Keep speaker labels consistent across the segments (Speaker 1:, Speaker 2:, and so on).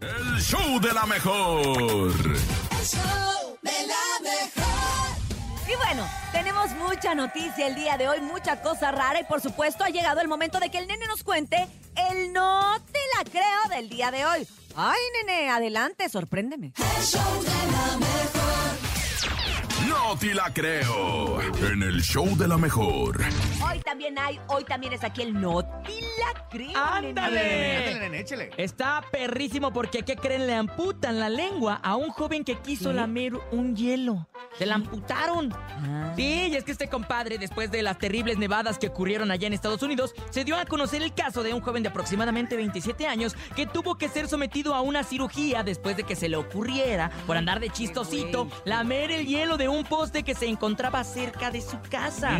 Speaker 1: El show de la mejor.
Speaker 2: El show de la mejor.
Speaker 3: Y bueno, tenemos mucha noticia el día de hoy, mucha cosa rara y por supuesto ha llegado el momento de que el nene nos cuente el no te la creo del día de hoy. Ay, nene, adelante, sorpréndeme.
Speaker 2: El show de la mejor.
Speaker 1: No te la creo. En el show de la mejor.
Speaker 3: Hoy también hay, hoy también es aquí el no te la creo.
Speaker 4: ¡Ándale!
Speaker 3: nene.
Speaker 5: Échale, nene, échele.
Speaker 4: Está perrísimo porque, ¿qué creen? Le amputan la lengua a un joven que quiso
Speaker 3: ¿Qué?
Speaker 4: lamer un hielo. Se la amputaron.
Speaker 3: Ah.
Speaker 4: Sí, y es que este compadre, después de las terribles nevadas que ocurrieron allá en Estados Unidos, se dio a conocer el caso de un joven de aproximadamente 27 años que tuvo que ser sometido a una cirugía después de que se le ocurriera, por andar de chistosito, lamer el hielo de un poste que se encontraba cerca de su casa.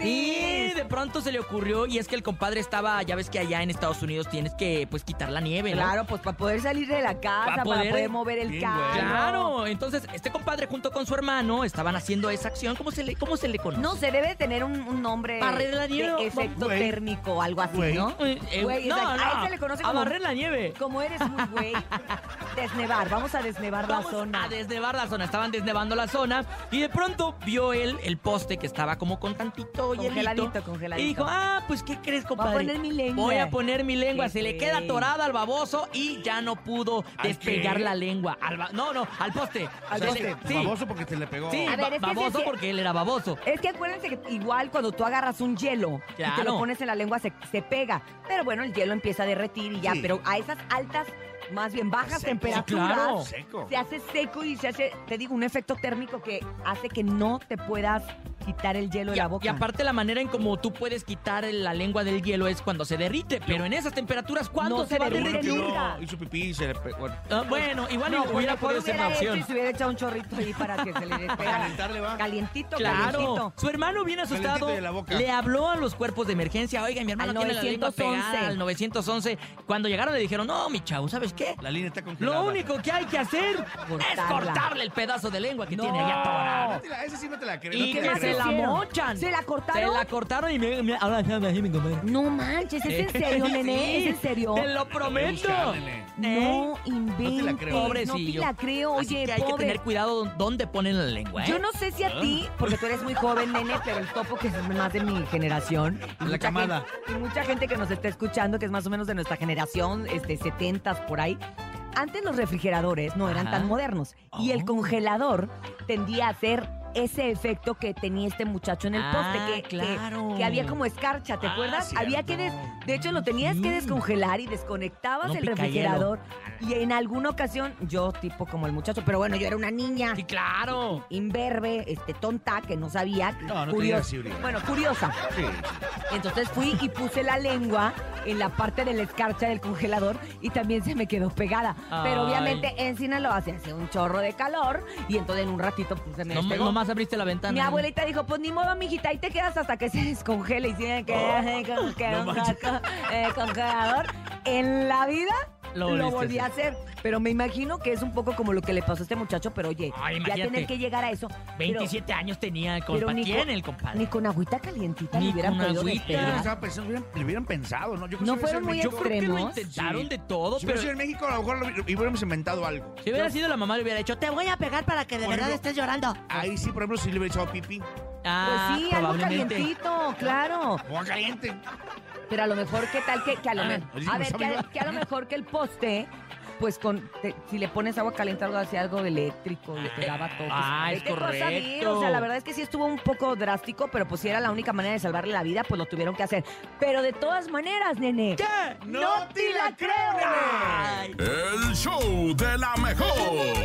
Speaker 4: Y de pronto se le ocurrió, y es que el compadre estaba, ya ves que allá en Estados Unidos tienes que pues quitar la nieve, ¿no?
Speaker 3: Claro, pues para poder salir de la casa, para
Speaker 4: Para
Speaker 3: poder,
Speaker 4: poder-
Speaker 3: mover el
Speaker 5: Bien,
Speaker 3: carro.
Speaker 5: güey.
Speaker 4: Claro, entonces este compadre junto con su hermano estaban haciendo esa acción. ¿Cómo se le, cómo se le conoce?
Speaker 3: No se debe de tener un, un nombre
Speaker 4: Barrer la nieve,
Speaker 3: de efecto
Speaker 5: güey.
Speaker 3: térmico o algo así,
Speaker 5: Güey.
Speaker 3: ¿no?
Speaker 4: Eh, eh,
Speaker 3: Güey,
Speaker 4: no,
Speaker 3: exacto. A
Speaker 4: no,
Speaker 3: él se le conoce
Speaker 4: a
Speaker 3: como-
Speaker 4: barrer la nieve.
Speaker 3: Como eres muy güey, desnevar, vamos a desnevar la
Speaker 4: Vamos
Speaker 3: zona.
Speaker 4: a desnevar la zona. Estaban desnevando la zona y de pronto vio él el poste que estaba como con tantito
Speaker 3: Congeladito,
Speaker 4: hielito.
Speaker 3: congeladito.
Speaker 4: Y dijo, ah, pues ¿qué crees,
Speaker 3: Voy a
Speaker 4: compadre?
Speaker 3: poner mi lengua.
Speaker 4: Voy a poner mi lengua.
Speaker 3: Qué
Speaker 4: Se le
Speaker 3: feo.
Speaker 4: queda atorada al baboso y ya no pudo
Speaker 5: ¿Al
Speaker 4: despegar
Speaker 5: qué?
Speaker 4: la lengua. Al ba- No, no, al poste.
Speaker 3: Al
Speaker 4: Se le-
Speaker 5: Este,
Speaker 4: Sí,
Speaker 5: Baboso porque te le pegó.
Speaker 4: sí,
Speaker 3: A ver,
Speaker 4: ba-
Speaker 3: es que ese
Speaker 4: baboso
Speaker 3: sí-
Speaker 4: porque él era baboso.
Speaker 3: Es que acuérdense que igual cuando tú agarras un hielo y te lo
Speaker 4: Claro.
Speaker 3: pones en la lengua se, se pega. Pero bueno, el hielo empieza a derretir y ya.
Speaker 5: Sí.
Speaker 3: Pero a esas altas, más bien bajas
Speaker 5: Seco.
Speaker 3: temperaturas,
Speaker 4: Sí, claro.
Speaker 5: Seco.
Speaker 3: se hace seco y se hace, te digo, un efecto térmico que hace que no te puedas quitar el hielo de
Speaker 4: Y, a-
Speaker 3: la boca.
Speaker 4: y aparte la manera en como tú puedes quitar la lengua del hielo es cuando se derrite, pero en esas temperaturas ¿cuándo
Speaker 3: No
Speaker 4: se,
Speaker 3: se
Speaker 4: va a
Speaker 3: derrite
Speaker 5: Seguro que
Speaker 4: derretir?
Speaker 3: nunca.
Speaker 5: no, Y su pipí se le pegó. Bueno,
Speaker 4: Ah, bueno, igual
Speaker 3: no,
Speaker 4: y
Speaker 3: pues,
Speaker 4: hubiera
Speaker 3: mejor
Speaker 4: podido ser
Speaker 3: hubiera
Speaker 4: una
Speaker 3: hecho
Speaker 4: opción.
Speaker 3: y se hubiera echado un chorrito ahí para que se le despegara.
Speaker 5: Calentarle va.
Speaker 3: Calientito,
Speaker 4: Claro,
Speaker 3: calientito.
Speaker 4: su hermano bien asustado
Speaker 5: Calentito de la boca.
Speaker 4: le habló a los cuerpos de emergencia, oiga, mi hermano
Speaker 3: Al
Speaker 4: tiene la lengua
Speaker 3: 911.
Speaker 4: pegada al 911. Cuando llegaron le dijeron, no, mi chavo, ¿sabes qué?
Speaker 5: La línea está congelada.
Speaker 4: Lo único que hay que hacer es
Speaker 3: Cortarla.
Speaker 4: cortarle el pedazo de lengua que
Speaker 3: No.
Speaker 4: tiene ahí atorada.
Speaker 5: No te la- Esa sí no te la creo.
Speaker 4: Y
Speaker 5: no te
Speaker 4: que
Speaker 5: la
Speaker 4: se
Speaker 5: creo.
Speaker 4: la
Speaker 3: hicieron?
Speaker 4: mochan.
Speaker 3: ¿Se la cortaron?
Speaker 4: Se la cortaron y me, me- ahora ya me dejé mi comer.
Speaker 3: No manches, ¿es en serio,
Speaker 4: Sí,
Speaker 3: nene? ¿Es en serio?
Speaker 4: Te lo
Speaker 5: Voy
Speaker 4: prometo.
Speaker 5: a buscar, nene.
Speaker 4: ¿Eh?
Speaker 3: No inventes.
Speaker 5: No te la
Speaker 3: No
Speaker 5: creo.
Speaker 3: te
Speaker 4: Pobrecillo.
Speaker 3: la creo. Oye,
Speaker 4: Así que hay que
Speaker 3: pobre.
Speaker 4: tener cuidado dónde ponen la lengua, ¿eh?
Speaker 3: Yo no sé si a ti, porque tú eres muy joven, nene, pero el topo que es más de mi generación. y
Speaker 5: La
Speaker 3: mucha
Speaker 5: camada.
Speaker 3: gente- y mucha gente que nos está escuchando, que es más o menos de nuestra generación, este, 70s por ahí. Antes los refrigeradores no eran
Speaker 4: Ajá.
Speaker 3: tan modernos. Y el
Speaker 4: Oh.
Speaker 3: congelador tendía a hacer ese efecto que tenía este muchacho en el
Speaker 4: Ah,
Speaker 3: poste, que, que-
Speaker 4: claro.
Speaker 3: que, había como escarcha, ¿te
Speaker 4: Ah,
Speaker 3: acuerdas? Había que des-
Speaker 4: cierto.
Speaker 3: de hecho, lo tenías que
Speaker 4: Sí.
Speaker 3: descongelar y desconectabas
Speaker 4: No Ah.
Speaker 3: el
Speaker 4: pica
Speaker 3: refrigerador. Y en alguna ocasión, yo tipo como el muchacho, pero bueno, yo era una niña
Speaker 4: Sí, claro.
Speaker 3: imberbe, este, tonta, que no sabía.
Speaker 5: No, no te
Speaker 3: curiosa.
Speaker 5: digas así, Uriel.
Speaker 3: Bueno, curiosa.
Speaker 5: Sí.
Speaker 3: Entonces fui y puse la lengua en la parte de la escarcha del congelador y también se me quedó pegada. Pero
Speaker 4: Ay.
Speaker 3: obviamente en Sinaloa se hace un chorro de calor y entonces en un ratito pues, se me
Speaker 4: No,
Speaker 3: despegó.
Speaker 4: nomás abriste la ventana.
Speaker 3: Mi abuelita dijo, pues ni modo, mijita, ahí te quedas hasta que se descongele. Y tienen que que
Speaker 5: no
Speaker 3: un
Speaker 5: manches.
Speaker 3: saco, eh, congelador. En la vida
Speaker 4: Lo
Speaker 3: lo,
Speaker 4: volviste a
Speaker 3: volví a hacer. Pero me imagino que es un poco como lo que le pasó a este muchacho, pero oye,
Speaker 4: Ay,
Speaker 3: ya
Speaker 4: Ah, imagínate.
Speaker 3: tener que llegar a eso. Pero-
Speaker 4: 27 años tenía el
Speaker 3: pero
Speaker 4: compa.
Speaker 3: ni
Speaker 4: Tiene
Speaker 3: con-
Speaker 4: el
Speaker 3: Ni
Speaker 4: compadre.
Speaker 3: con agüita calientita
Speaker 4: Ni
Speaker 3: le hubieran
Speaker 4: con
Speaker 3: podido
Speaker 4: agüita.
Speaker 5: Yo
Speaker 3: despegar.
Speaker 5: estaba pensando, hubieran- le hubieran pensado, ¿no? Yo creo
Speaker 3: No
Speaker 5: que
Speaker 3: fueron
Speaker 5: en
Speaker 3: muy
Speaker 5: México-
Speaker 4: Yo creo que lo
Speaker 3: extremos.
Speaker 4: intentaron
Speaker 5: Sí.
Speaker 4: de todo,
Speaker 5: Si hubiera
Speaker 4: pero Pues
Speaker 5: sido en México, a lo mejor lo- hubiéramos inventado algo.
Speaker 4: si hubiera sido la mamá le hubiera dicho, te voy a pegar para que de
Speaker 5: Por
Speaker 4: verdad
Speaker 5: ejemplo,
Speaker 4: estés llorando.
Speaker 5: Ahí sí, por ejemplo, sí le hubiera echado pipí.
Speaker 3: Pues
Speaker 4: Ah,
Speaker 3: sí, algo
Speaker 4: probablemente.
Speaker 3: calientito, claro.
Speaker 5: Agua caliente.
Speaker 3: Pero a lo mejor, ¿qué tal que, que a lo
Speaker 4: Ah,
Speaker 5: oye,
Speaker 3: mejor?
Speaker 5: sí
Speaker 3: A
Speaker 5: me
Speaker 3: ver, que
Speaker 5: sabe
Speaker 3: a,
Speaker 5: igual.
Speaker 3: que a lo mejor que el poste, pues con te- si le pones agua caliente algo así, algo eléctrico, le pegaba todo.
Speaker 4: ah, es correcto.
Speaker 3: O sea, la verdad es que sí estuvo un poco drástico, pero pues si era la única manera de salvarle la vida, pues lo tuvieron que hacer. Pero de todas maneras, nene.
Speaker 4: ¿Qué?
Speaker 5: ¡No te la creo, nene!
Speaker 4: Ay.
Speaker 1: El show de la mejor.